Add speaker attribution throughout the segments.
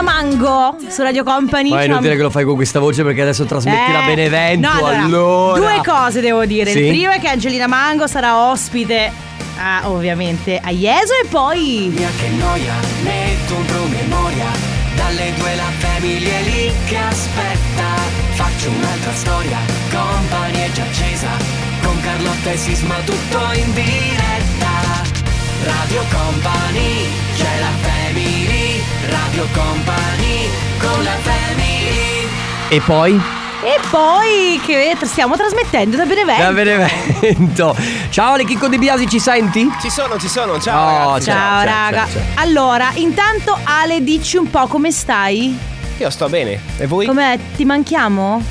Speaker 1: Diego su Radio Company.
Speaker 2: Ma è
Speaker 1: ci ha-
Speaker 2: inutile che lo fai con questa voce perché adesso trasmetti la
Speaker 1: Diciamo- Eh,
Speaker 2: Benevento.
Speaker 1: no, allora,
Speaker 2: allora.
Speaker 1: Due cose devo dire.
Speaker 2: Sì?
Speaker 1: Il primo è che Angelina Mango sarà ospite, a- ovviamente, a Ieso e poi...
Speaker 3: Mia che noia, metto un promemoria. Dalle due la famiglia è lì che aspetta. Faccio un'altra storia, company è già accesa. Con Carlotta e Sisma tutto in diretta. Radio Company, c'è la family. Radio Company, con la family.
Speaker 2: E poi?
Speaker 1: E poi che stiamo trasmettendo da Benevento.
Speaker 2: Da Benevento. Ciao Ale Chicco De Biasi, ci senti?
Speaker 4: Ci sono, ci sono, ciao.
Speaker 2: Oh,
Speaker 4: ragazzi.
Speaker 1: Ciao,
Speaker 2: ciao,
Speaker 1: raga.
Speaker 2: ciao,
Speaker 1: Allora, intanto Ale, dici un po' come stai?
Speaker 4: Io sto bene. E voi?
Speaker 1: Com'è? Ti manchiamo?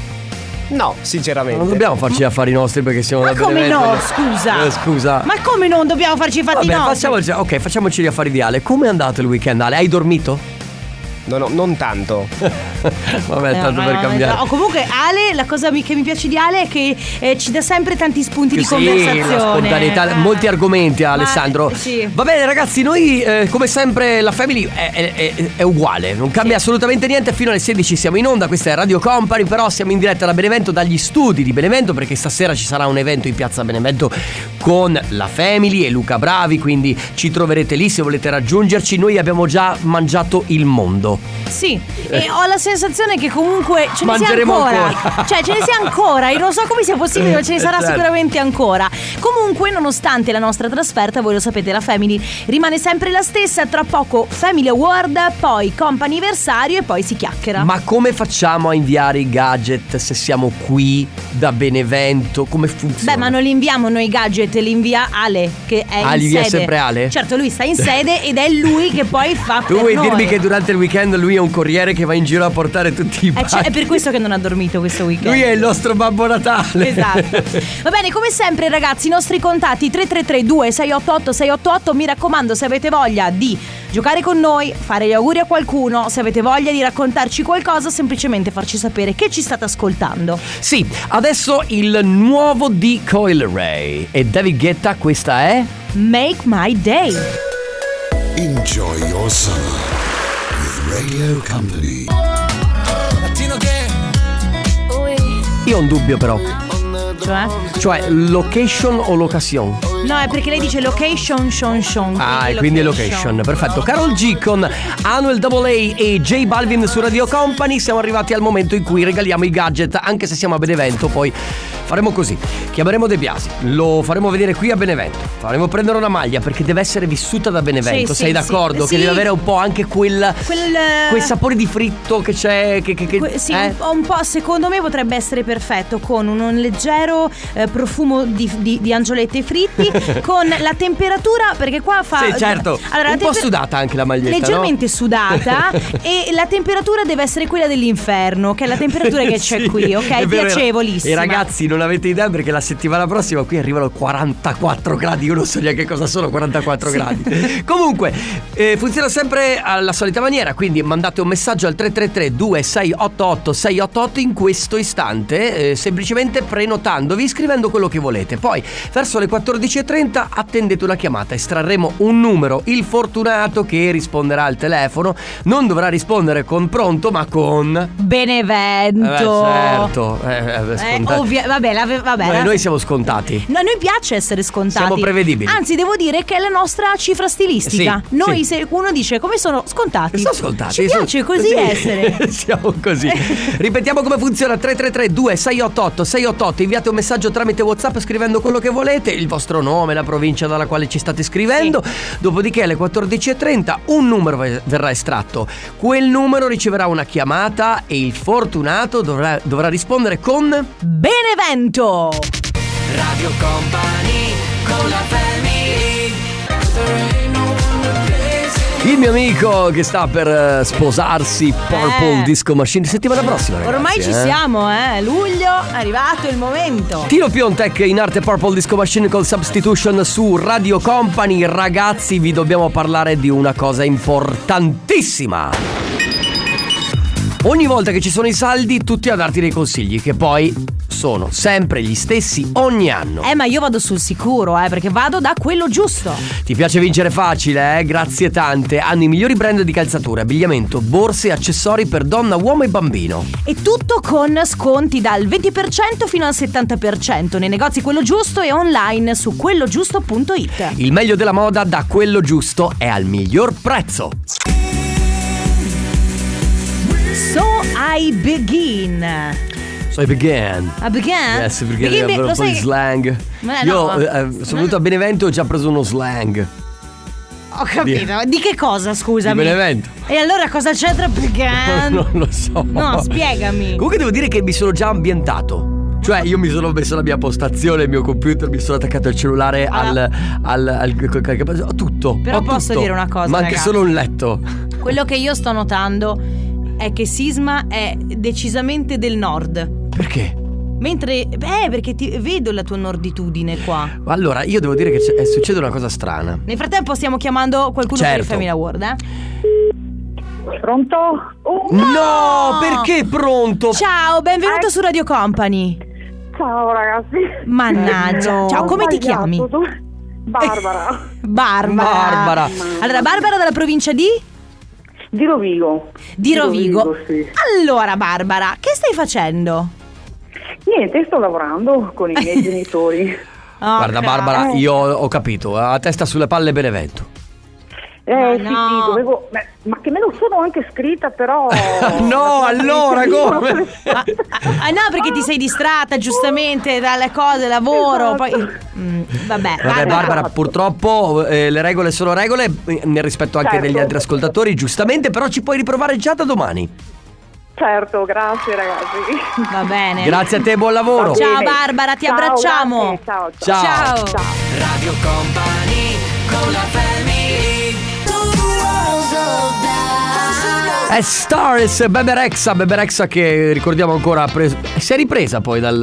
Speaker 4: No, sinceramente.
Speaker 2: Non dobbiamo farci gli affari nostri perché siamo
Speaker 1: Ma
Speaker 2: da
Speaker 1: come
Speaker 2: Benevento.
Speaker 1: no, scusa.
Speaker 2: Eh, scusa.
Speaker 1: Ma come non dobbiamo farci i fatti
Speaker 2: Vabbè,
Speaker 1: nostri?
Speaker 2: facciamoci, ok, facciamoci gli affari di Ale. Come è andato il weekend, Ale? Hai dormito?
Speaker 4: No, no, non tanto.
Speaker 2: Vabbè,
Speaker 1: Eh,
Speaker 2: tanto
Speaker 1: ma-
Speaker 2: per
Speaker 1: ma-
Speaker 2: cambiare.
Speaker 1: no, comunque Ale, la cosa mi- che mi piace di Ale è che eh, ci dà sempre tanti spunti di
Speaker 2: Sì,
Speaker 1: conversazione.
Speaker 2: la spontaneità,
Speaker 1: Eh.
Speaker 2: molti argomenti Alessandro.
Speaker 1: Ma- sì.
Speaker 2: Va bene ragazzi, noi eh, come sempre la family è, è- è- è uguale, non cambia assolutamente niente, fino alle 16 siamo in onda, questa è Radio Company, però siamo in diretta da Benevento, dagli studi di Benevento, perché stasera ci sarà un evento in piazza Benevento con la family e Luca Bravi, quindi ci troverete lì se volete raggiungerci, noi abbiamo già mangiato il mondo.
Speaker 1: Sì, e ho la sensazione che comunque ce ne sia
Speaker 2: Mangeremo
Speaker 1: ancora.
Speaker 2: ancora.
Speaker 1: Cioè, ce ne sia ancora. Io non so come sia possibile, ma ce ne sarà
Speaker 2: Certo.
Speaker 1: sicuramente ancora. Comunque, nonostante la nostra trasferta, voi lo sapete, la Family rimane sempre la stessa. Tra poco Family Award, poi comp'anniversario e poi si chiacchiera.
Speaker 2: Ma come facciamo a inviare i gadget se siamo qui da Benevento? Come funziona?
Speaker 1: Beh, ma non li inviamo noi i gadget, li invia Ale, che è
Speaker 2: Ah,
Speaker 1: in
Speaker 2: li invia
Speaker 1: sede.
Speaker 2: sempre Ale?
Speaker 1: Certo, lui sta in sede ed è lui che poi fa
Speaker 2: Tu
Speaker 1: per
Speaker 2: vuoi
Speaker 1: noi.
Speaker 2: dirmi che durante il weekend lui è un corriere che va in giro a portare tutti i
Speaker 1: Eh, cioè,
Speaker 2: pacchi?
Speaker 1: è per questo che non ha dormito questo weekend.
Speaker 2: Lui è il nostro Babbo Natale.
Speaker 1: Esatto. Va bene, come sempre, ragazzi, i nostri contatti 3332 688 688. Mi raccomando, se avete voglia di giocare con noi, fare gli auguri a qualcuno, se avete voglia di raccontarci qualcosa, semplicemente farci sapere che ci state ascoltando.
Speaker 2: Sì, adesso il nuovo di Coil Ray e David Guetta, questa è
Speaker 1: Make my day.
Speaker 5: Enjoy your summer with Radio Company.
Speaker 2: Io ho un dubbio però,
Speaker 1: Cioè?
Speaker 2: cioè location o location?
Speaker 1: No, è perché lei dice location, shon, shon.
Speaker 2: Ah, e quindi location, perfetto. Carol G con Anuel AA e J Balvin su Radio Company, siamo arrivati al momento in cui regaliamo i gadget, anche se siamo a Benevento, poi faremo così. Chiameremo De Biasi, lo faremo vedere qui a Benevento, faremo prendere una maglia perché deve essere vissuta da Benevento,
Speaker 1: Sì,
Speaker 2: sei
Speaker 1: sì,
Speaker 2: d'accordo?
Speaker 1: sì.
Speaker 2: Che
Speaker 1: Sì.
Speaker 2: deve avere un po' anche quel,
Speaker 1: Quel, eh,
Speaker 2: quel sapore di fritto che c'è, che... che, che-
Speaker 1: Que- sì,
Speaker 2: eh?
Speaker 1: un, po', un po' secondo me potrebbe essere perfetto con un, un leggero eh, profumo di, di, di angiolette fritti, con la temperatura, perché qua fa...
Speaker 2: Sì, certo.
Speaker 1: Allora, la
Speaker 2: un po'
Speaker 1: temper-
Speaker 2: sudata anche la maglietta. no?
Speaker 1: Leggermente sudata e la temperatura deve essere quella dell'inferno, che è la temperatura che c'è
Speaker 2: Sì,
Speaker 1: qui,
Speaker 2: è
Speaker 1: ok?
Speaker 2: vero,
Speaker 1: Piacevolissima.
Speaker 2: E ragazzi, non avete idea perché la settimana prossima qui arrivano 44 gradi. Io non so neanche cosa sono 44
Speaker 1: Sì.
Speaker 2: gradi. Comunque, eh, funziona sempre alla solita maniera. Quindi mandate un messaggio al 333-2688-688 in questo istante, eh, semplicemente prenotandovi, scrivendo quello che volete. Poi, verso le 14.30, attendete una chiamata. Estrarremo un numero, il fortunato che risponderà al telefono. Non dovrà rispondere con pronto, ma con. Eh beh,
Speaker 1: Benevento.
Speaker 2: certo, eh, eh,
Speaker 1: Eh,
Speaker 2: scontati.
Speaker 1: ovvia- vabbè, la- vabbè,
Speaker 2: Noi,
Speaker 1: la-
Speaker 2: noi siamo scontati.
Speaker 1: No, a noi piace essere scontati.
Speaker 2: Siamo prevedibili.
Speaker 1: Anzi, devo dire che è la nostra cifra stilistica.
Speaker 2: Sì,
Speaker 1: noi,
Speaker 2: sì.
Speaker 1: se uno dice come sono scontati,
Speaker 2: Sono scontati.
Speaker 1: Ci
Speaker 2: sono-
Speaker 1: piace così
Speaker 2: sì,
Speaker 1: essere.
Speaker 2: siamo così. Ripetiamo come funziona: 333-2688-688. Inviate un messaggio tramite WhatsApp scrivendo quello che volete, il vostro nome, la provincia dalla quale ci state scrivendo. Dopodiché, alle 14.30, un numero ve- verrà estratto. Quel numero riceverà una chiamata e il fortunato dovrà, dovrà rispondere con.
Speaker 1: Benevento!
Speaker 3: Radio Company, con la family.
Speaker 2: Il mio amico che sta per eh, sposarsi, Purple
Speaker 1: Eh.
Speaker 2: Disco Machine, settimana prossima. Ragazzi,
Speaker 1: Ormai ci
Speaker 2: eh.
Speaker 1: siamo, eh. Luglio, è arrivato il momento.
Speaker 2: Tino Piontek in arte Purple Disco Machine col Substitution su Radio Company. Ragazzi, vi dobbiamo parlare di una cosa importantissima. Ogni volta che ci sono i saldi, tutti a darti dei consigli che poi sono sempre gli stessi ogni anno.
Speaker 1: Eh, ma io vado sul sicuro, eh, perché vado da quello giusto.
Speaker 2: Ti piace vincere facile, eh? Grazie tante. Hanno i migliori brand di calzature, abbigliamento, borse e accessori per donna, uomo e bambino.
Speaker 1: E tutto con sconti dal 20% fino al 70% nei negozi Quello Giusto e online su quellogiusto.it.
Speaker 2: Il meglio della moda da quello giusto è al miglior prezzo.
Speaker 1: So I begin.
Speaker 2: So I began.
Speaker 1: I began?
Speaker 2: Yes, perché
Speaker 1: Begin be-
Speaker 2: abbiamo
Speaker 1: Eh? lo
Speaker 2: un po' di
Speaker 1: sai-
Speaker 2: slang.
Speaker 1: Ma no,
Speaker 2: Io
Speaker 1: ma-
Speaker 2: eh, eh, sono venuto a Benevento e ho già preso uno slang.
Speaker 1: Ho capito. Di che cosa, scusami?
Speaker 2: Di Benevento.
Speaker 1: E allora cosa c'è tra began?
Speaker 2: non lo so.
Speaker 1: Eh? No, spiegami.
Speaker 2: Comunque devo dire che mi sono già ambientato. Cioè, io mi sono messo la mia postazione, il mio computer, mi sono attaccato il cellulare al, al, al- col caricabatterie, Ho tutto.
Speaker 1: Però
Speaker 2: ho
Speaker 1: posso
Speaker 2: tutto.
Speaker 1: dire una cosa,
Speaker 2: Ma anche
Speaker 1: ragazzi.
Speaker 2: solo un letto.
Speaker 1: Quello che io sto notando è che Sisma è decisamente del nord.
Speaker 2: Perché?
Speaker 1: Mentre, beh, perché ti, vedo la tua norditudine qua.
Speaker 2: Allora, io devo dire che c'è- eh, succede una cosa strana.
Speaker 1: Nel frattempo stiamo chiamando qualcuno per il
Speaker 2: Certo.
Speaker 1: Family Award, eh?
Speaker 6: Pronto? Oh,
Speaker 2: No, perché pronto?
Speaker 1: Ciao, benvenuto su Radio Company.
Speaker 6: ciao ragazzi.
Speaker 1: Mannaggia. Ciao, come ti
Speaker 6: Sbagliato,
Speaker 1: chiami?
Speaker 6: tu. Barbara
Speaker 1: Barbara.
Speaker 2: Barbara.
Speaker 1: Allora, Barbara dalla provincia di?
Speaker 6: di Rovigo.
Speaker 1: Di Rovigo.
Speaker 6: sì.
Speaker 1: Allora, Barbara, che stai facendo?
Speaker 6: Niente, sto lavorando con i miei genitori.
Speaker 2: Guarda,
Speaker 1: Ok.
Speaker 2: Barbara, io ho capito. A testa sulle palle, Benevento.
Speaker 6: Eh
Speaker 1: Ma
Speaker 6: sì,
Speaker 1: no.
Speaker 6: sì, dovevo. beh, ma che me lo sono anche scritta, però.
Speaker 1: Oh,
Speaker 2: No, allora, come?
Speaker 1: Ma- ah, ah, no, perché ti sei distratta giustamente dalle cose, lavoro. Poi. Mm, vabbè,
Speaker 2: Vabbè Barbara,
Speaker 6: esatto.
Speaker 2: purtroppo eh, le regole sono regole eh, nel rispetto anche
Speaker 6: Certo.
Speaker 2: degli altri ascoltatori, giustamente, però ci puoi riprovare già da domani.
Speaker 6: Certo, grazie ragazzi.
Speaker 1: va bene.
Speaker 2: Grazie a te, buon lavoro.
Speaker 1: Ciao, Barbara, ti abbracciamo.
Speaker 6: grazie, Ciao,
Speaker 2: Ciao.
Speaker 6: ciao.
Speaker 1: Ciao.
Speaker 6: Ciao.
Speaker 3: Radio Company con la family
Speaker 2: È Eh, Stars, Bebe Rexha, Bebe Rexha che ricordiamo ancora ha preso- si è ripresa poi dal...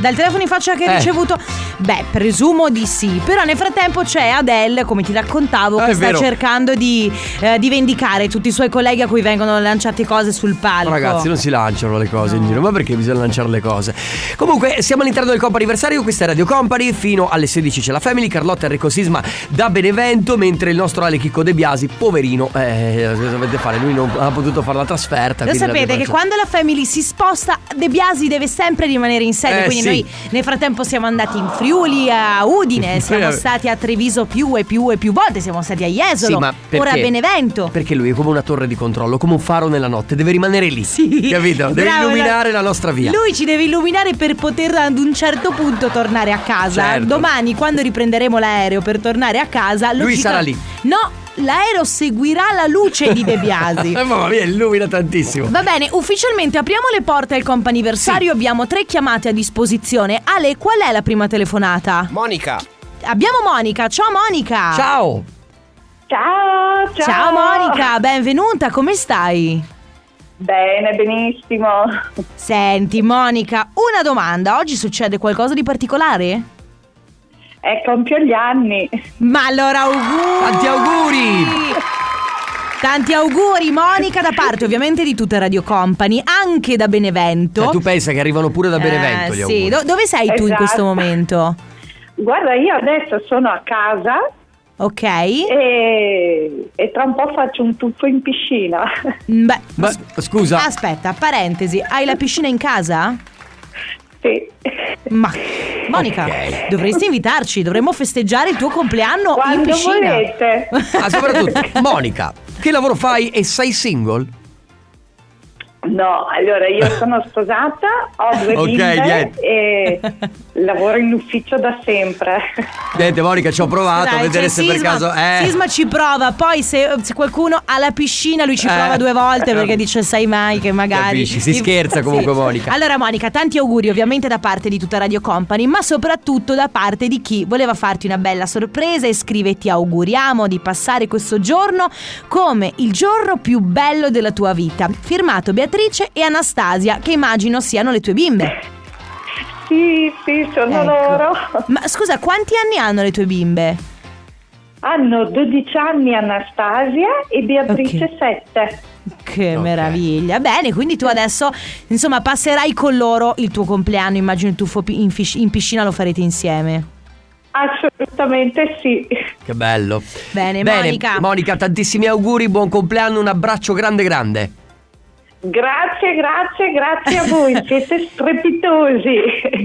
Speaker 1: Dal telefono in faccia che hai
Speaker 2: Eh.
Speaker 1: ricevuto? Beh, presumo di sì. Però nel frattempo c'è Adele, come ti raccontavo,
Speaker 2: Ah, è
Speaker 1: che sta
Speaker 2: vero.
Speaker 1: cercando di, eh, di vendicare tutti i suoi colleghi a cui vengono lanciate cose sul palco.
Speaker 2: Ragazzi, non si lanciano le cose in giro, ma perché bisogna lanciare le cose? Comunque, siamo all'interno del Compa Anniversario, questa è Radio Company, fino alle 16 c'è la Family, Carlotta Enrico Sisma da Benevento, mentre il nostro Ale Chicco De Biasi, poverino, eh, cosa dovete fare? Lui non ha potuto fare la trasferta.
Speaker 1: Lo
Speaker 2: quindi
Speaker 1: sapete
Speaker 2: l'abbiamo
Speaker 1: che
Speaker 2: lasciato.
Speaker 1: quando la family si sposta, De Biasi deve sempre rimanere in sede.
Speaker 2: Eh,
Speaker 1: quindi
Speaker 2: sì.
Speaker 1: noi nel frattempo siamo andati in Friuli, a Udine, siamo
Speaker 2: Eh.
Speaker 1: stati a Treviso più e più e più volte, siamo stati a Jesolo,
Speaker 2: Sì, ma perché?
Speaker 1: ora a Benevento.
Speaker 2: Perché lui è come una torre di controllo, come un faro nella notte, deve rimanere lì.
Speaker 1: Sì.
Speaker 2: Capito? Deve
Speaker 1: Bravo,
Speaker 2: illuminare
Speaker 1: bravo.
Speaker 2: la nostra via.
Speaker 1: Lui ci deve illuminare per poter ad un certo punto tornare a casa.
Speaker 2: Certo.
Speaker 1: Domani, quando riprenderemo l'aereo per tornare a casa, lo
Speaker 2: Lui
Speaker 1: ci-
Speaker 2: sarà lì.
Speaker 1: No, l'aereo seguirà la luce di De Biasi.
Speaker 2: Eh, mamma mia, illumina tantissimo.
Speaker 1: Va bene, ufficialmente apriamo le porte al comp'anniversario. Abbiamo tre chiamate a disposizione. Ale, qual è la prima telefonata?
Speaker 4: Monica,
Speaker 1: Abbiamo Monica. Ciao Monica.
Speaker 2: Ciao!
Speaker 6: Ciao, ciao.
Speaker 1: Ciao Monica, benvenuta, come stai?
Speaker 6: Bene, benissimo.
Speaker 1: Senti Monica, una domanda. Oggi succede qualcosa di particolare?
Speaker 6: E compio gli anni.
Speaker 1: Ma allora auguri!
Speaker 2: Tanti auguri!
Speaker 1: Tanti auguri Monica da parte ovviamente di tutta Radio Company, anche da Benevento.
Speaker 2: Cioè, tu pensa che arrivano pure da Benevento
Speaker 1: Eh,
Speaker 2: gli auguri.
Speaker 1: sì. Do- dove sei tu in
Speaker 6: Esatto.
Speaker 1: questo momento?
Speaker 6: Guarda, io adesso sono a casa
Speaker 1: Ok.
Speaker 6: Eh, e, e tra un po' faccio un tuffo in piscina.
Speaker 1: Mm, Beh,
Speaker 2: Ma
Speaker 1: as-
Speaker 2: scusa,
Speaker 1: aspetta, parentesi, hai la piscina in casa?
Speaker 6: Sì.
Speaker 1: Ma Monica,
Speaker 2: Ok.
Speaker 1: dovresti invitarci, dovremmo festeggiare il tuo compleanno Oh, in
Speaker 6: Quando
Speaker 1: piscina.
Speaker 6: volete.
Speaker 2: ah, soprattutto, Monica, che lavoro fai e sei single?
Speaker 6: No, allora io sono sposata, ho due
Speaker 2: Ok,
Speaker 6: bimbe
Speaker 2: niente.
Speaker 6: e lavoro in ufficio da sempre.
Speaker 2: Niente, Monica, ci ho provato
Speaker 1: Dai,
Speaker 2: a vedere
Speaker 1: cioè,
Speaker 2: se per
Speaker 1: Sisma-
Speaker 2: caso. Eh.
Speaker 1: Sisma ci prova, poi se, se qualcuno ha la piscina lui ci
Speaker 2: Eh.
Speaker 1: prova due volte perché dice sai mai che magari...
Speaker 2: Capisci, si scherza comunque, Monica.
Speaker 1: Allora Monica, tanti auguri ovviamente da parte di tutta Radio Company, ma soprattutto da parte di chi voleva farti una bella sorpresa e scrive ti auguriamo di passare questo giorno come il giorno più bello della tua vita. Firmato Beatrice e Anastasia, che immagino siano le tue bimbe.
Speaker 6: Sì, sì, sono
Speaker 1: Ecco.
Speaker 6: loro.
Speaker 1: Ma scusa, quanti anni hanno le tue bimbe?
Speaker 6: Hanno 12 anni Anastasia e Beatrice
Speaker 1: Ok.
Speaker 6: 7.
Speaker 1: Ok, Che
Speaker 2: Ok.
Speaker 1: meraviglia. Bene, quindi tu adesso, insomma, passerai con loro il tuo compleanno. Immagino il tuffo pi- in, fis- in piscina lo farete insieme.
Speaker 6: Assolutamente sì.
Speaker 2: Che bello.
Speaker 1: Bene, Monica.
Speaker 2: Monica, tantissimi auguri, buon compleanno, un abbraccio grande grande.
Speaker 6: Grazie, grazie, grazie a voi. Siete strepitosi.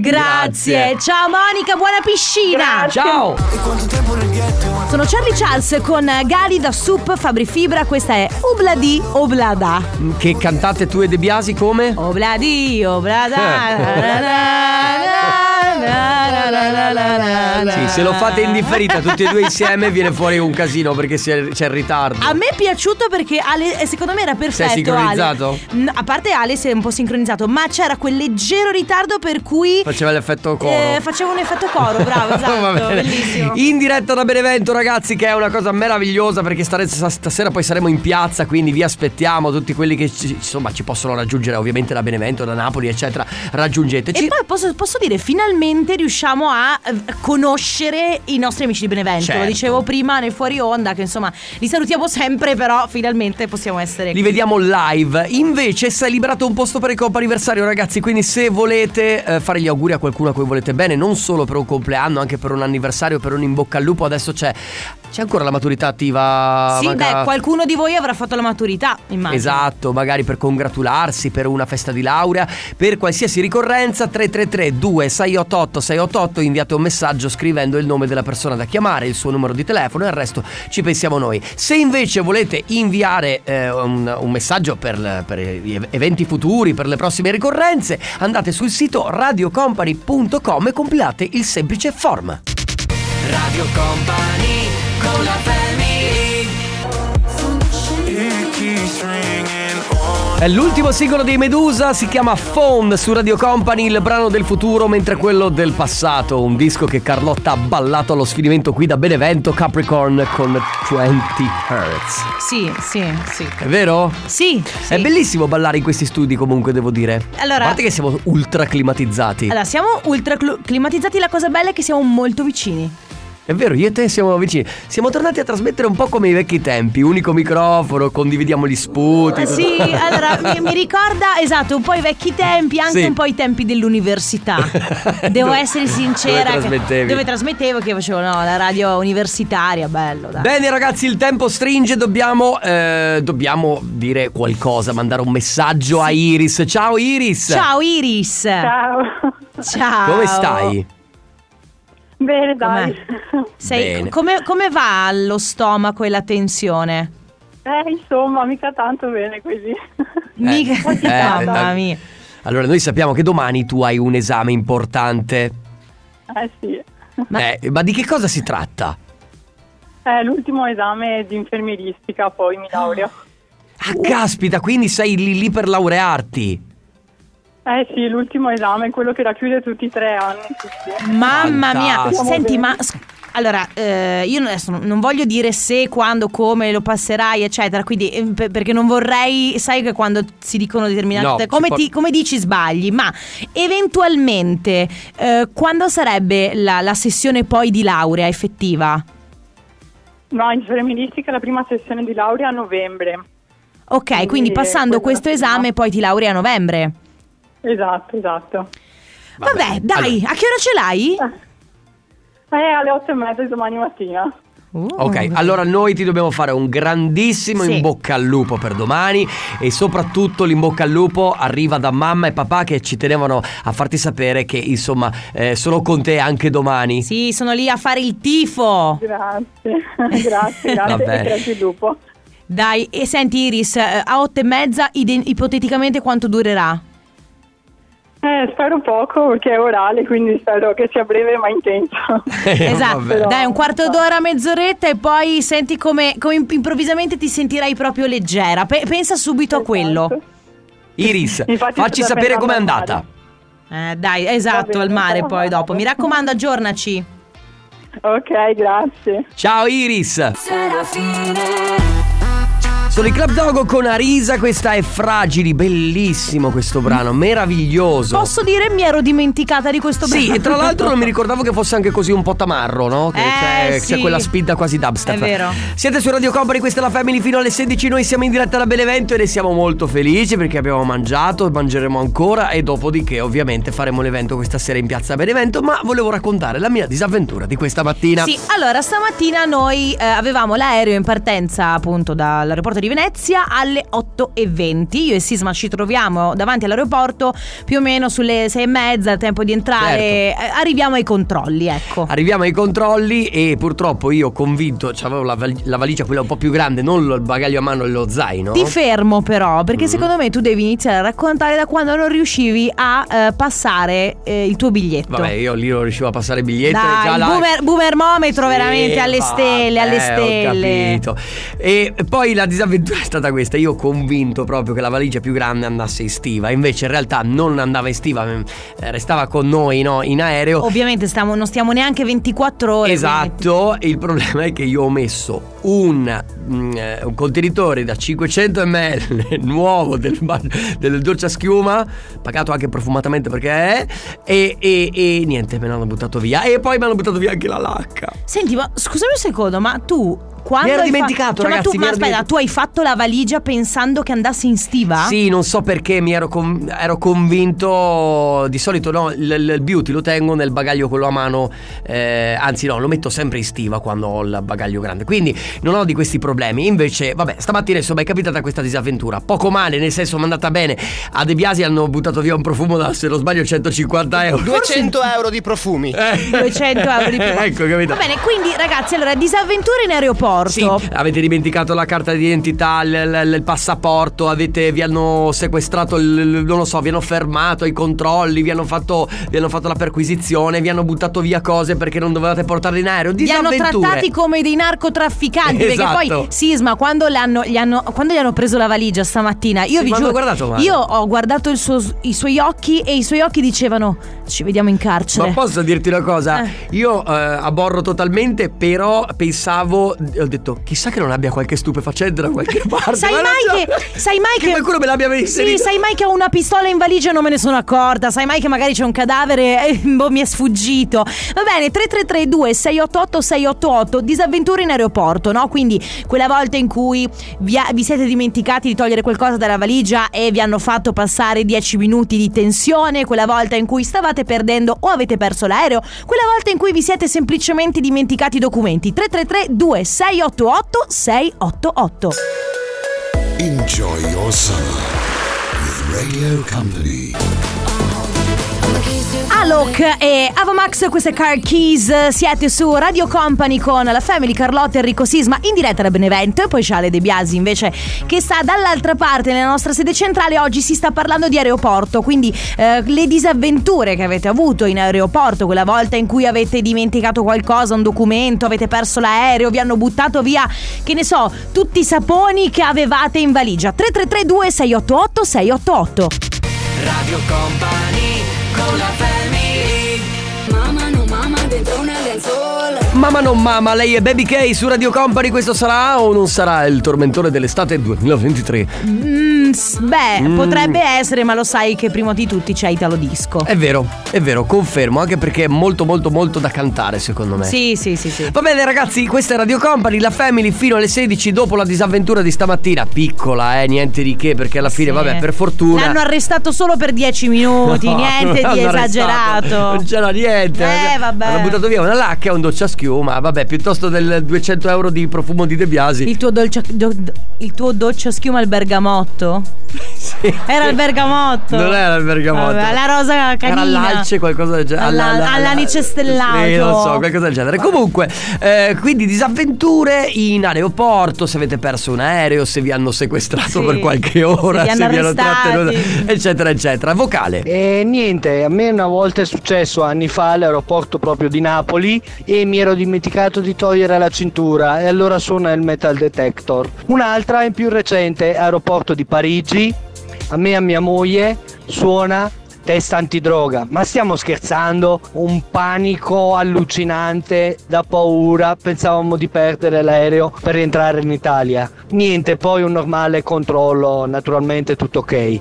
Speaker 1: Grazie.
Speaker 2: Grazie.
Speaker 1: Ciao Monica, buona piscina.
Speaker 6: Grazie.
Speaker 2: Ciao.
Speaker 1: Sono Charlie Charles con Gali da Soup, Fabri Fibra. Questa è Obladi Oblada.
Speaker 2: Che cantate tu e De Biasi come?
Speaker 1: Obladi Oblada. Na, na, na, na, na, na, na, na.
Speaker 2: Sì, se lo fate in differita tutti e due insieme viene fuori un casino perché si è- c'è il ritardo.
Speaker 1: A me è piaciuto perché Ale, eh, secondo me era perfetto.
Speaker 2: sincronizzato?
Speaker 1: Ale. Mm, a parte Ale si è un po' sincronizzato, ma c'era quel leggero ritardo per cui
Speaker 2: Faceva l'effetto coro.
Speaker 1: eh, facevo un effetto coro, bravo,
Speaker 2: Va
Speaker 1: esatto,
Speaker 2: bene.
Speaker 1: bellissimo.
Speaker 2: In diretta da Benevento, ragazzi, che è una cosa meravigliosa perché stare- stasera poi saremo in piazza, quindi vi aspettiamo tutti quelli che ci, insomma, ci possono raggiungere, ovviamente da Benevento, da Napoli, eccetera. Raggiungeteci.
Speaker 1: E poi posso, posso dire, finalmente riusciamo a eh, conoscere i nostri amici di Benevento.
Speaker 2: Certo.
Speaker 1: Lo dicevo prima nel fuori onda, che insomma li salutiamo sempre, però finalmente possiamo essere
Speaker 2: Li vediamo live. Invece si è liberato un posto per il compo anniversario, ragazzi. Quindi, se volete eh, fare gli auguri a qualcuno a cui volete bene, non solo per un compleanno, anche per un anniversario, per un in bocca al lupo, adesso c'è. C'è ancora la maturità attiva?
Speaker 1: Sì,
Speaker 2: Manca-
Speaker 1: beh, qualcuno di voi avrà fatto la maturità, immagino.
Speaker 2: Esatto, magari per congratularsi, per una festa di laurea, per qualsiasi ricorrenza 333 2688 688 inviate un messaggio scrivendo il nome della persona da chiamare, il suo numero di telefono e al resto ci pensiamo noi. Se invece volete inviare eh, un, un messaggio per, per gli ev- eventi futuri, per le prossime ricorrenze, andate sul sito radiocompany.com e compilate il semplice form. Radio Company con la È l'ultimo singolo dei Medusa, si chiama Phone su Radio Company, il brano del futuro mentre quello del passato, un disco che Carlotta ha ballato allo sfinimento qui da Benevento Capricorn con 20 Hertz.
Speaker 1: Sì, sì, sì.
Speaker 2: È vero?
Speaker 1: Sì, sì.
Speaker 2: È bellissimo ballare in questi studi comunque devo dire.
Speaker 1: Allora-
Speaker 2: A parte che siamo ultra climatizzati.
Speaker 1: Allora, siamo ultra clu- climatizzati, la cosa bella è che siamo molto vicini.
Speaker 2: È vero, io e te siamo vicini. Siamo tornati a trasmettere un po' come i vecchi tempi, unico microfono, condividiamo gli sputi. tutto-
Speaker 1: Sì, allora mi, mi ricorda esatto un po' i vecchi tempi, anche
Speaker 2: Sì.
Speaker 1: un po' i tempi dell'università. Devo
Speaker 2: Dove-
Speaker 1: essere sincera.
Speaker 2: dove trasmettevi?
Speaker 1: Che, dove trasmettevo, che facevo no, la radio universitaria, bello. Dai.
Speaker 2: Bene ragazzi, il tempo stringe, dobbiamo, eh, dobbiamo dire qualcosa, mandare un messaggio a Iris. Ciao Iris!
Speaker 1: Ciao Iris.
Speaker 6: Ciao.
Speaker 1: Ciao.
Speaker 2: Come stai?
Speaker 6: Bene, dai.
Speaker 1: Sei,
Speaker 2: Bene.
Speaker 1: come, come va lo stomaco e la tensione?
Speaker 6: Eh, insomma, mica tanto bene così.
Speaker 1: Mica,
Speaker 2: Eh, eh,
Speaker 1: mamma
Speaker 2: eh,
Speaker 1: mia.
Speaker 2: Allora, noi sappiamo che domani tu hai un esame importante.
Speaker 6: Eh sì.
Speaker 2: Ma,
Speaker 1: Ma-
Speaker 2: eh, ma di che cosa si tratta?
Speaker 6: È Eh, l'ultimo esame di infermieristica, poi mi laureo.
Speaker 2: Ah, caspita, quindi sei lì lì per laurearti.
Speaker 6: Eh sì, l'ultimo esame, quello che racchiude tutti i tre anni. sì, sì.
Speaker 1: Mamma mia,
Speaker 2: Fantastico.
Speaker 1: senti, ma s- allora, eh, io adesso non- non voglio dire se, quando, come lo passerai, eccetera. Quindi, eh, per- perché non vorrei, sai che quando si dicono determinate
Speaker 2: No,
Speaker 1: cose,
Speaker 2: si
Speaker 1: come,
Speaker 2: può-
Speaker 1: ti- come dici sbagli, ma eventualmente, eh, quando sarebbe la, la sessione poi di laurea effettiva?
Speaker 6: No, infermieristica è la prima sessione di laurea a novembre.
Speaker 1: Ok, quindi,
Speaker 6: Quindi,
Speaker 1: passando
Speaker 6: eh, quella
Speaker 1: questo
Speaker 6: prima.
Speaker 1: esame, poi ti laurei a novembre.
Speaker 6: Esatto, esatto.
Speaker 1: Vabbè, dai, a che ora ce l'hai?
Speaker 6: Eh, alle otto e mezza di domani mattina.
Speaker 1: Uh.
Speaker 2: Ok, allora noi ti dobbiamo fare un grandissimo
Speaker 1: Oh, Sì.
Speaker 2: in bocca al lupo per domani e soprattutto l'in bocca al lupo arriva da mamma e papà che ci tenevano a farti sapere che insomma eh, sono con te anche domani.
Speaker 1: Sì, sono lì a fare il tifo.
Speaker 6: Grazie, grazie,
Speaker 2: Va
Speaker 6: grazie
Speaker 2: bene.
Speaker 6: e grazie dopo.
Speaker 1: Dai, e senti Iris, eh, a otto e mezza ide- ipoteticamente quanto durerà?
Speaker 6: Eh, spero poco perché è orale, quindi spero che sia breve ma intenso.
Speaker 1: esatto,
Speaker 2: Eh, Vabbè.
Speaker 1: dai un quarto d'ora, mezz'oretta e poi senti come, come imp- improvvisamente ti sentirai proprio leggera. Pe- pensa subito a quello.
Speaker 6: Esatto.
Speaker 2: Iris,
Speaker 6: Infatti
Speaker 2: facci
Speaker 6: sto
Speaker 2: sapere com'è
Speaker 6: pensando al
Speaker 2: andata.
Speaker 1: Eh, dai, esatto,
Speaker 6: bene,
Speaker 1: al mare
Speaker 6: sarà
Speaker 1: poi
Speaker 6: male.
Speaker 1: dopo. Mi raccomando, aggiornaci.
Speaker 6: Ok, grazie.
Speaker 2: Ciao Iris! Sono i Club Dogo con Arisa, questa è Fragili, bellissimo questo brano, meraviglioso.
Speaker 1: Posso dire mi ero dimenticata di questo brano
Speaker 2: Sì, e tra l'altro non mi ricordavo che fosse anche così un po' tamarro, no? Che
Speaker 1: Eh,
Speaker 2: c'è,
Speaker 1: sì.
Speaker 2: c'è quella spinta quasi dubstep.
Speaker 1: È vero.
Speaker 2: Siete su Radio Company, questa è la Family fino alle 16. Noi siamo in diretta da Benevento e ne siamo molto felici perché abbiamo mangiato, mangeremo ancora e dopodiché ovviamente faremo l'evento questa sera in piazza Benevento. Ma volevo raccontare la mia disavventura di questa mattina.
Speaker 1: Sì, allora stamattina noi eh, avevamo l'aereo in partenza appunto dall'aeroporto di Venezia alle 8.20. Io e Sisma ci troviamo davanti all'aeroporto più o meno sulle 6.30, tempo di entrare.
Speaker 2: Certo.
Speaker 1: Eh, arriviamo ai controlli, ecco.
Speaker 2: Arriviamo ai controlli e purtroppo io convinto, cioè avevo la, val- la valigia quella un po' più grande, non il bagaglio a mano e lo zaino.
Speaker 1: Ti fermo però,
Speaker 2: Mm-hmm.
Speaker 1: perché secondo me tu devi iniziare a raccontare da quando non riuscivi a eh, passare eh, il tuo biglietto.
Speaker 2: Vabbè, io lì non riuscivo a passare il biglietto.
Speaker 1: Dai,
Speaker 2: già
Speaker 1: il
Speaker 2: là-
Speaker 1: boomer- boomermometro veramente alle
Speaker 2: vabbè,
Speaker 1: stelle, alle stelle.
Speaker 2: Ho capito. E poi la disavventura è stata questa. Io ho convinto proprio che la valigia più grande andasse in stiva. Invece in realtà non andava in stiva, eh, restava con noi no, in aereo.
Speaker 1: Ovviamente stiamo- non stiamo neanche 24 ore. quindi-
Speaker 2: Esatto, il problema è che io ho messo un, mm, eh, un contenitore da 500 ml nuovo del, ba- del dolce a schiuma, pagato anche profumatamente perché è, e, e- e niente, me l'hanno buttato via. E poi mi hanno buttato via anche la lacca.
Speaker 1: Senti, ma scusami un secondo, ma tu quando
Speaker 2: Mi ero
Speaker 1: hai fa-
Speaker 2: dimenticato,
Speaker 1: cioè,
Speaker 2: ragazzi,
Speaker 1: ma tu,
Speaker 2: mi
Speaker 1: ma
Speaker 2: ero
Speaker 1: aspetta,
Speaker 2: dimenticato.
Speaker 1: tu hai fatto la valigia pensando che andassi in stiva?
Speaker 2: Sì, non so perché mi ero, con- ero convinto. Di solito no, il, il- il beauty lo tengo nel bagaglio quello a mano. eh, anzi, no, lo metto sempre in stiva quando ho il bagaglio grande. Quindi non ho di questi problemi. Invece, vabbè, stamattina insomma è capitata questa disavventura. Poco male, nel senso, mi è andata bene. A De Biasi hanno buttato via un profumo da, se non sbaglio, 150 euro.
Speaker 4: 200 euro di profumi.
Speaker 2: Eh.
Speaker 1: 200 euro di più.
Speaker 2: Ecco, capito.
Speaker 1: Va bene, quindi ragazzi, allora disavventure in aeroporto.
Speaker 2: Sì, avete dimenticato la carta di identità, l- l- il passaporto, avete- vi hanno sequestrato, il- non lo so, vi hanno fermato i controlli, vi hanno, fatto, vi hanno fatto la perquisizione, vi hanno buttato via cose perché non dovevate portarle in aereo.
Speaker 1: Li hanno
Speaker 2: Disavventure.
Speaker 1: trattati come dei narcotrafficanti. Perché
Speaker 2: Esatto.
Speaker 1: poi Sisma, quando, l'hanno- gli hanno, quando gli hanno preso la valigia stamattina, io
Speaker 2: Sì,
Speaker 1: vi
Speaker 2: ma hanno
Speaker 1: giuro.
Speaker 2: guardato male.
Speaker 1: io ho guardato il suo- i suoi occhi e i suoi occhi dicevano: Ci vediamo in carcere.
Speaker 2: Ma posso dirti una cosa?
Speaker 1: Eh.
Speaker 2: Io eh, aborro totalmente, però pensavo, ho detto, chissà che non abbia qualche stupefacente da qualche parte.
Speaker 1: Sai
Speaker 2: Ma
Speaker 1: mai,
Speaker 2: non so-
Speaker 1: che, sai mai che.
Speaker 2: qualcuno me l'abbia inserito.
Speaker 1: Sì, sai mai che ho una pistola in valigia e non me ne sono accorta. Sai mai che magari c'è un cadavere e boh, mi è sfuggito. Va bene, 3332 688 688 disavventure in aeroporto, no? Quindi quella volta in cui vi, vi siete dimenticati di togliere qualcosa dalla valigia e vi hanno fatto passare 10 minuti di tensione, quella volta in cui stavate perdendo o avete perso l'aereo, quella volta in cui vi siete semplicemente dimenticati i documenti. 333 688 688.
Speaker 5: Enjoy your summer with Radio Company.
Speaker 1: Alok e Avamax, queste Car Keys, siete su Radio Company con la Family Carlotta Enrico Sisma in diretta da Benevento e poi c'è Ale De Biasi invece che sta dall'altra parte nella nostra sede centrale, oggi si sta parlando di aeroporto, quindi eh, le disavventure che avete avuto in aeroporto, quella volta in cui avete dimenticato qualcosa, un documento, avete perso l'aereo, vi hanno buttato via, che ne so, tutti i saponi che avevate in valigia. 3332 688 688
Speaker 3: Radio Company con la family
Speaker 7: Mamma no mamma dentro una lenzuola
Speaker 2: Mamma non mamma, lei è Baby K su Radio Company, questo sarà o non sarà il tormentone dell'estate 2023?
Speaker 1: Mm, s- beh, potrebbe essere, ma lo sai che prima di tutti c'è Italo Disco.
Speaker 2: È vero, è vero, confermo, anche perché è molto molto molto da cantare secondo me.
Speaker 1: Sì, sì, sì, sì.
Speaker 2: Va bene ragazzi, questa è Radio Company, la Family fino alle 16 dopo la disavventura di stamattina, piccola eh, niente di che perché alla fine
Speaker 1: Sì.
Speaker 2: vabbè per fortuna...
Speaker 1: L'hanno arrestato solo per 10 minuti,
Speaker 2: No,
Speaker 1: niente
Speaker 2: non
Speaker 1: di
Speaker 2: l'hanno arrestato.
Speaker 1: esagerato.
Speaker 2: Non c'era niente.
Speaker 1: Eh, vabbè.
Speaker 2: Hanno buttato via una lacca e un doccia a schiuma. Vabbè, piuttosto del 200 euro di profumo di De Biasi.
Speaker 1: Il tuo, dolce, do- do- il tuo doccio a schiuma al bergamotto?
Speaker 2: Sì.
Speaker 1: Era il bergamotto.
Speaker 2: Non era il bergamotto.
Speaker 1: Esatto. Vabbè, la rosa canina.
Speaker 2: Era all'alce, qualcosa del genere.
Speaker 1: Alla-
Speaker 2: Alla- alla-
Speaker 1: all'anice stellato.
Speaker 2: Sì, non so, qualcosa del genere. Comunque, eh, quindi disavventure in aeroporto, se avete perso un aereo, se vi hanno sequestrato
Speaker 1: Sì.
Speaker 2: per qualche ora,
Speaker 1: Se vi hanno arrestati.
Speaker 2: eccetera, eccetera. Vocale.
Speaker 8: E niente, a me una volta è successo anni fa all'aeroporto proprio di Napoli e mi ero dimenticato di togliere la cintura e allora suona il metal detector. Un'altra è più recente, aeroporto di Parigi, a me e a mia moglie suona test antidroga. Ma stiamo scherzando? Un panico allucinante da paura. Pensavamo di perdere l'aereo per rientrare in Italia. Niente, poi un normale controllo, naturalmente tutto ok.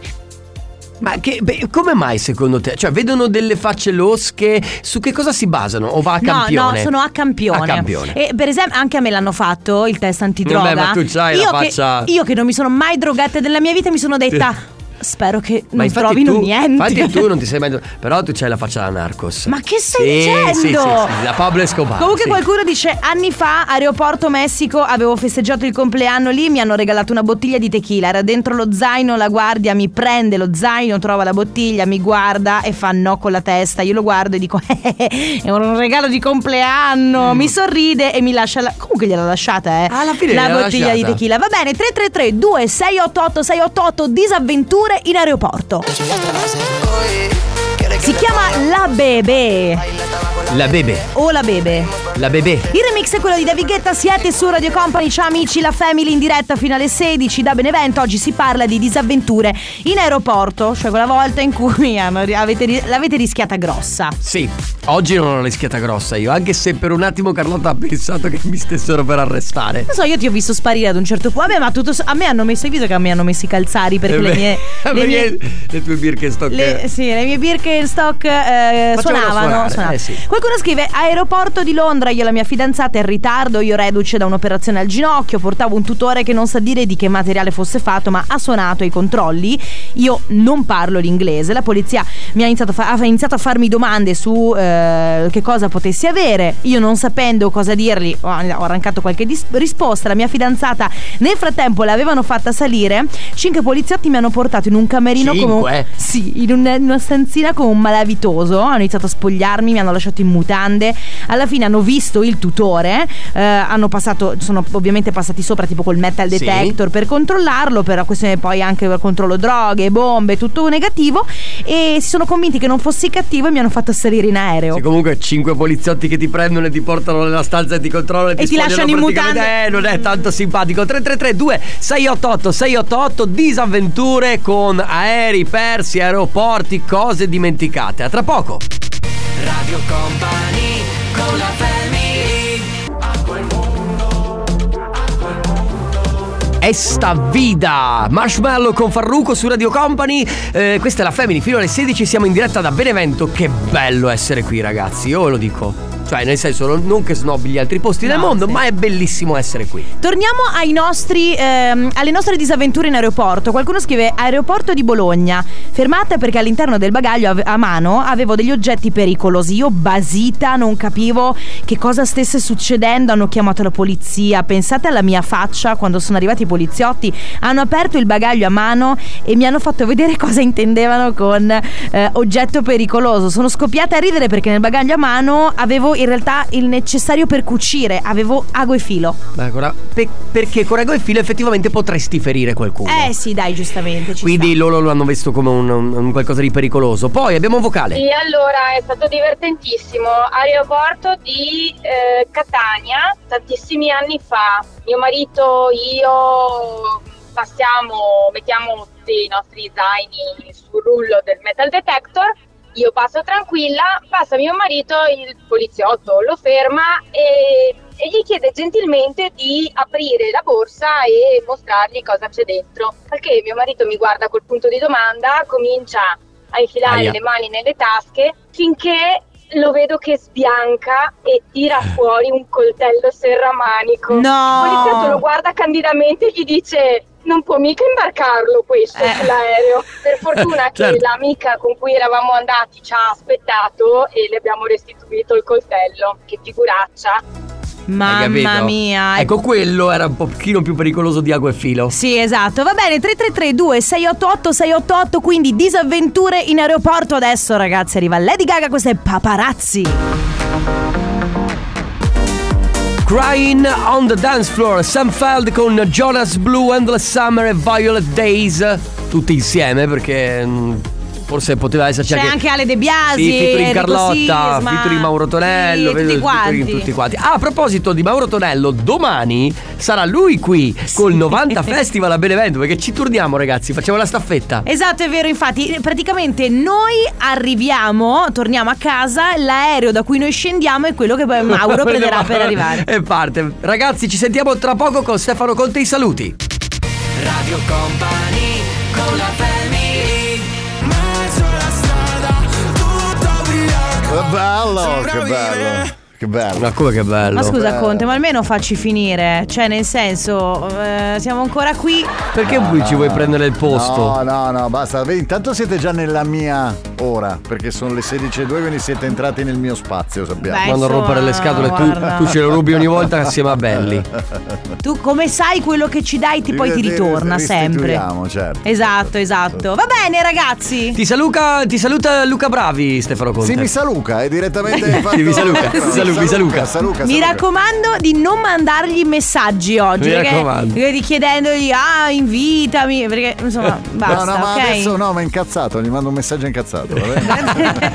Speaker 2: Ma che, beh, come mai secondo te? Cioè, vedono delle facce losche? Su che cosa si basano? O va a
Speaker 1: No,
Speaker 2: campione?
Speaker 1: no, sono a campione.
Speaker 2: A campione.
Speaker 1: E per esempio, anche a me l'hanno fatto il test antidroga.
Speaker 2: Vabbè, ma tu c'hai la
Speaker 1: io
Speaker 2: faccia-
Speaker 1: Che, io che non mi sono mai drogata nella mia vita, mi sono detta: Spero che
Speaker 2: Ma
Speaker 1: non
Speaker 2: infatti
Speaker 1: trovino
Speaker 2: tu,
Speaker 1: niente.
Speaker 2: Infatti tu non ti sei mai... Però tu c'hai la faccia da narcos.
Speaker 1: Ma che
Speaker 2: Sì,
Speaker 1: stai dicendo?
Speaker 2: Sì, sì, sì, da Pablo Escobar.
Speaker 1: Comunque
Speaker 2: sì.
Speaker 1: qualcuno dice anni fa aeroporto Messico avevo festeggiato il compleanno lì, mi hanno regalato una bottiglia di tequila, era dentro lo zaino, la guardia mi prende lo zaino, trova la bottiglia, mi guarda e fa no con la testa, io lo guardo e dico "Eh, eh, eh, è un regalo di compleanno, mi sorride e mi lascia la... comunque gliela lasciata eh,
Speaker 2: Mm. Ah, alla fine
Speaker 1: la
Speaker 2: gliel'ha
Speaker 1: bottiglia di
Speaker 2: lasciata.
Speaker 1: tequila, va bene 333 2688 688 disavventure in aeroporto, si chiama La Bebe
Speaker 2: La bebe.
Speaker 1: o La Bebe.
Speaker 2: La bebè.
Speaker 1: Il remix è quello di David Guetta, siete su Radio Company, ciao amici, la Family in diretta fino alle 16 da Benevento, oggi si parla di disavventure in aeroporto, cioè quella volta in cui hanno- avete ri- l'avete rischiata grossa.
Speaker 2: Sì, oggi non ho rischiata grossa io, anche se per un attimo Carlotta ha pensato che mi stessero per arrestare.
Speaker 1: Non so, io ti ho visto sparire ad un certo punto, vabbè ma tutto, s- a me hanno messo, hai visto che a me hanno messo i calzari perché
Speaker 2: Eh
Speaker 1: le
Speaker 2: beh,
Speaker 1: mie... le mie-
Speaker 2: perché le tue Birkenstock.
Speaker 1: Le, sì, le mie Birkenstock eh,
Speaker 2: Facevano
Speaker 1: suonavano.
Speaker 2: suonare,
Speaker 1: suonavano.
Speaker 2: eh sì.
Speaker 1: Qualcuno scrive: Aeroporto di Londra, io e la mia fidanzata in ritardo, io reduce da un'operazione al ginocchio. Portavo un tutore che non sa dire di che materiale fosse fatto, ma ha suonato ai controlli. Io non parlo l'inglese. La polizia mi ha iniziato a, fa- ha iniziato a farmi domande su eh, che cosa potessi avere. Io non sapendo cosa dirgli, ho, ho arrancato qualche dis- risposta. La mia fidanzata, nel frattempo, l'avevano fatta salire. Cinque poliziotti mi hanno portato in un camerino come un-
Speaker 2: Cinque?
Speaker 1: sì, in, un- in una stanzina con un malavitoso. Hanno iniziato a spogliarmi, mi hanno lasciato in mutande. alla fine hanno visto il tutore, eh, hanno passato, sono ovviamente passati sopra tipo col metal
Speaker 2: Sì.
Speaker 1: detector per controllarlo, per la questione poi anche per controllo droghe, bombe, tutto negativo e si sono convinti che non fossi cattivo e mi hanno fatto salire in aereo.
Speaker 2: Sì, comunque cinque poliziotti che ti prendono e ti portano nella stanza e ti controllano e ti,
Speaker 1: ti
Speaker 2: spogliano
Speaker 1: lasciano in
Speaker 2: praticamente.
Speaker 1: mutande.
Speaker 2: Eh, non è tanto simpatico. 3332 688 688 disavventure con aerei persi, aeroporti, cose dimenticate. A tra poco.
Speaker 3: Radio Company con la family
Speaker 2: Esta Vida Marshmallow con Farruco su Radio Company Eh, Questa è la Family Fino alle 16 siamo in diretta da Benevento Che bello essere qui ragazzi Io ve lo dico Cioè nel senso non- Non che snobbi gli altri posti del
Speaker 1: No,
Speaker 2: mondo
Speaker 1: sì.
Speaker 2: Ma è bellissimo essere qui
Speaker 1: Torniamo ai nostri, ehm, alle nostre disavventure in aeroporto. Qualcuno scrive aeroporto di Bologna. Fermata perché all'interno del bagaglio ave- a mano avevo degli oggetti pericolosi. Io basita, non capivo che cosa stesse succedendo. Hanno chiamato la polizia. Pensate alla mia faccia quando sono arrivati i poliziotti. Hanno aperto il bagaglio a mano e mi hanno fatto vedere cosa intendevano con eh, oggetto pericoloso. Sono scoppiata a ridere perché nel bagaglio a mano avevo in realtà il necessario per cucire. Avevo ago e filo.
Speaker 2: Beh, cora- pe- Perché con Rago e Filo effettivamente potresti ferire qualcuno
Speaker 1: Eh sì, dai, giustamente. Ci
Speaker 2: Quindi
Speaker 1: sta.
Speaker 2: loro lo hanno visto come un, un qualcosa di pericoloso Poi abbiamo un vocale
Speaker 9: Sì, allora è stato divertentissimo. Aeroporto di eh, Catania, tantissimi anni fa. Mio marito, io passiamo, mettiamo tutti i nostri zaini sul rullo del metal detector. Io passo tranquilla, passa mio marito, il poliziotto lo ferma e, e gli chiede gentilmente di aprire la borsa e mostrargli cosa c'è dentro. Perché mio marito mi guarda col punto di domanda, comincia a
Speaker 2: Aia.
Speaker 9: infilare le mani nelle tasche finché lo vedo che sbianca e tira
Speaker 2: Eh.
Speaker 9: fuori un coltello serramanico.
Speaker 1: No.
Speaker 9: Il poliziotto lo guarda candidamente e gli dice non può mica imbarcarlo questo
Speaker 1: Eh.
Speaker 9: sull'aereo. Per fortuna che
Speaker 2: Certo.
Speaker 9: l'amica con cui eravamo andati ci ha aspettato e le abbiamo restituito il coltello. Che figuraccia.
Speaker 2: Hai
Speaker 1: Mamma
Speaker 2: capito?
Speaker 1: mia.
Speaker 2: Ecco quello era un pochino più pericoloso di Ago e Filo
Speaker 1: Sì, esatto. Va bene, 3332 688 688, quindi disavventure in aeroporto adesso, ragazzi. Arriva Lady Gaga, questo è Paparazzi.
Speaker 2: Crying on the dance floor, Sam Feld con Jonas Blue, Endless Summer e Violet Days. Tutti insieme perché. mm, Forse poteva esserci
Speaker 1: C'è anche Ale De Biasi,
Speaker 2: Sì, featuring
Speaker 1: Enrico
Speaker 2: Carlotta,
Speaker 1: Sisma,
Speaker 2: featuring Mauro Tonello,
Speaker 1: sì, tutti
Speaker 2: vedo
Speaker 1: quanti.
Speaker 2: featuring tutti quanti. Ah, a proposito di Mauro Tonello, domani sarà lui qui col 90 Festival a Benevento perché ci turniamo ragazzi, facciamo la staffetta.
Speaker 1: Esatto, è vero, infatti, praticamente noi arriviamo, torniamo a casa, l'aereo da cui noi scendiamo è quello che poi Mauro prenderà per arrivare.
Speaker 2: E parte. Ragazzi, ci sentiamo tra poco con Stefano Conte i saluti.
Speaker 3: Radio Company con la family Mezzo alla strada, tutto ubriaco
Speaker 4: Che bello, che
Speaker 2: eh?
Speaker 4: bello. Che bello.
Speaker 2: Ma come che bello.
Speaker 1: Ma scusa Conte, ma almeno facci finire, cioè nel senso, eh, siamo ancora qui.
Speaker 2: Perché poi ci vuoi prendere il posto?
Speaker 4: No, no, no, basta. Vedi, intanto siete già nella mia ora, perché sono le 16.02, quindi siete entrati nel mio spazio, sappiamo.
Speaker 1: Beh,
Speaker 2: Quando
Speaker 1: Eh, insomma,
Speaker 2: rompere le scatole
Speaker 1: guarda.
Speaker 2: tu, tu ce le rubi ogni volta assieme a Belli.
Speaker 1: Tu come sai quello che ci dai, ti, poi ti ritorna sempre.
Speaker 4: Restituiamo, certo.
Speaker 1: Esatto, esatto. Va bene ragazzi.
Speaker 2: Ti, saluca- ti saluta Luca Bravi, Stefano Conte.
Speaker 4: Sì, mi saluca, è direttamente fatto...
Speaker 2: Mi saluca,
Speaker 4: Bravo,
Speaker 2: mi saluca, mi saluca.
Speaker 4: saluca,
Speaker 1: Mi
Speaker 4: saluca.
Speaker 1: raccomando di non mandargli messaggi oggi.
Speaker 2: Mi
Speaker 1: perché-
Speaker 2: raccomando.
Speaker 1: perché Richiedendogli, ah, invitami. Perché insomma, basta.
Speaker 4: No, no, ma
Speaker 1: ok?
Speaker 4: adesso no, ma è incazzato, gli mando un messaggio incazzato, va bene?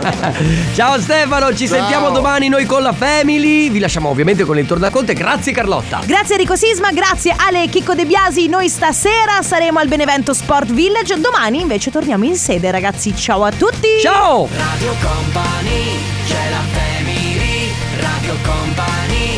Speaker 2: Ciao Stefano, ci
Speaker 4: Ciao.
Speaker 2: sentiamo domani noi con la Family. Vi lasciamo ovviamente con il Tornaconte. Grazie Carlotta.
Speaker 1: Grazie Enrico Sisma, grazie Ale e Chicco De Biasi. Noi stasera saremo al Benevento Sport Village. Domani invece torniamo in sede, ragazzi. Ciao a tutti.
Speaker 2: Ciao!
Speaker 3: Radio Company, c'è la family Radio Company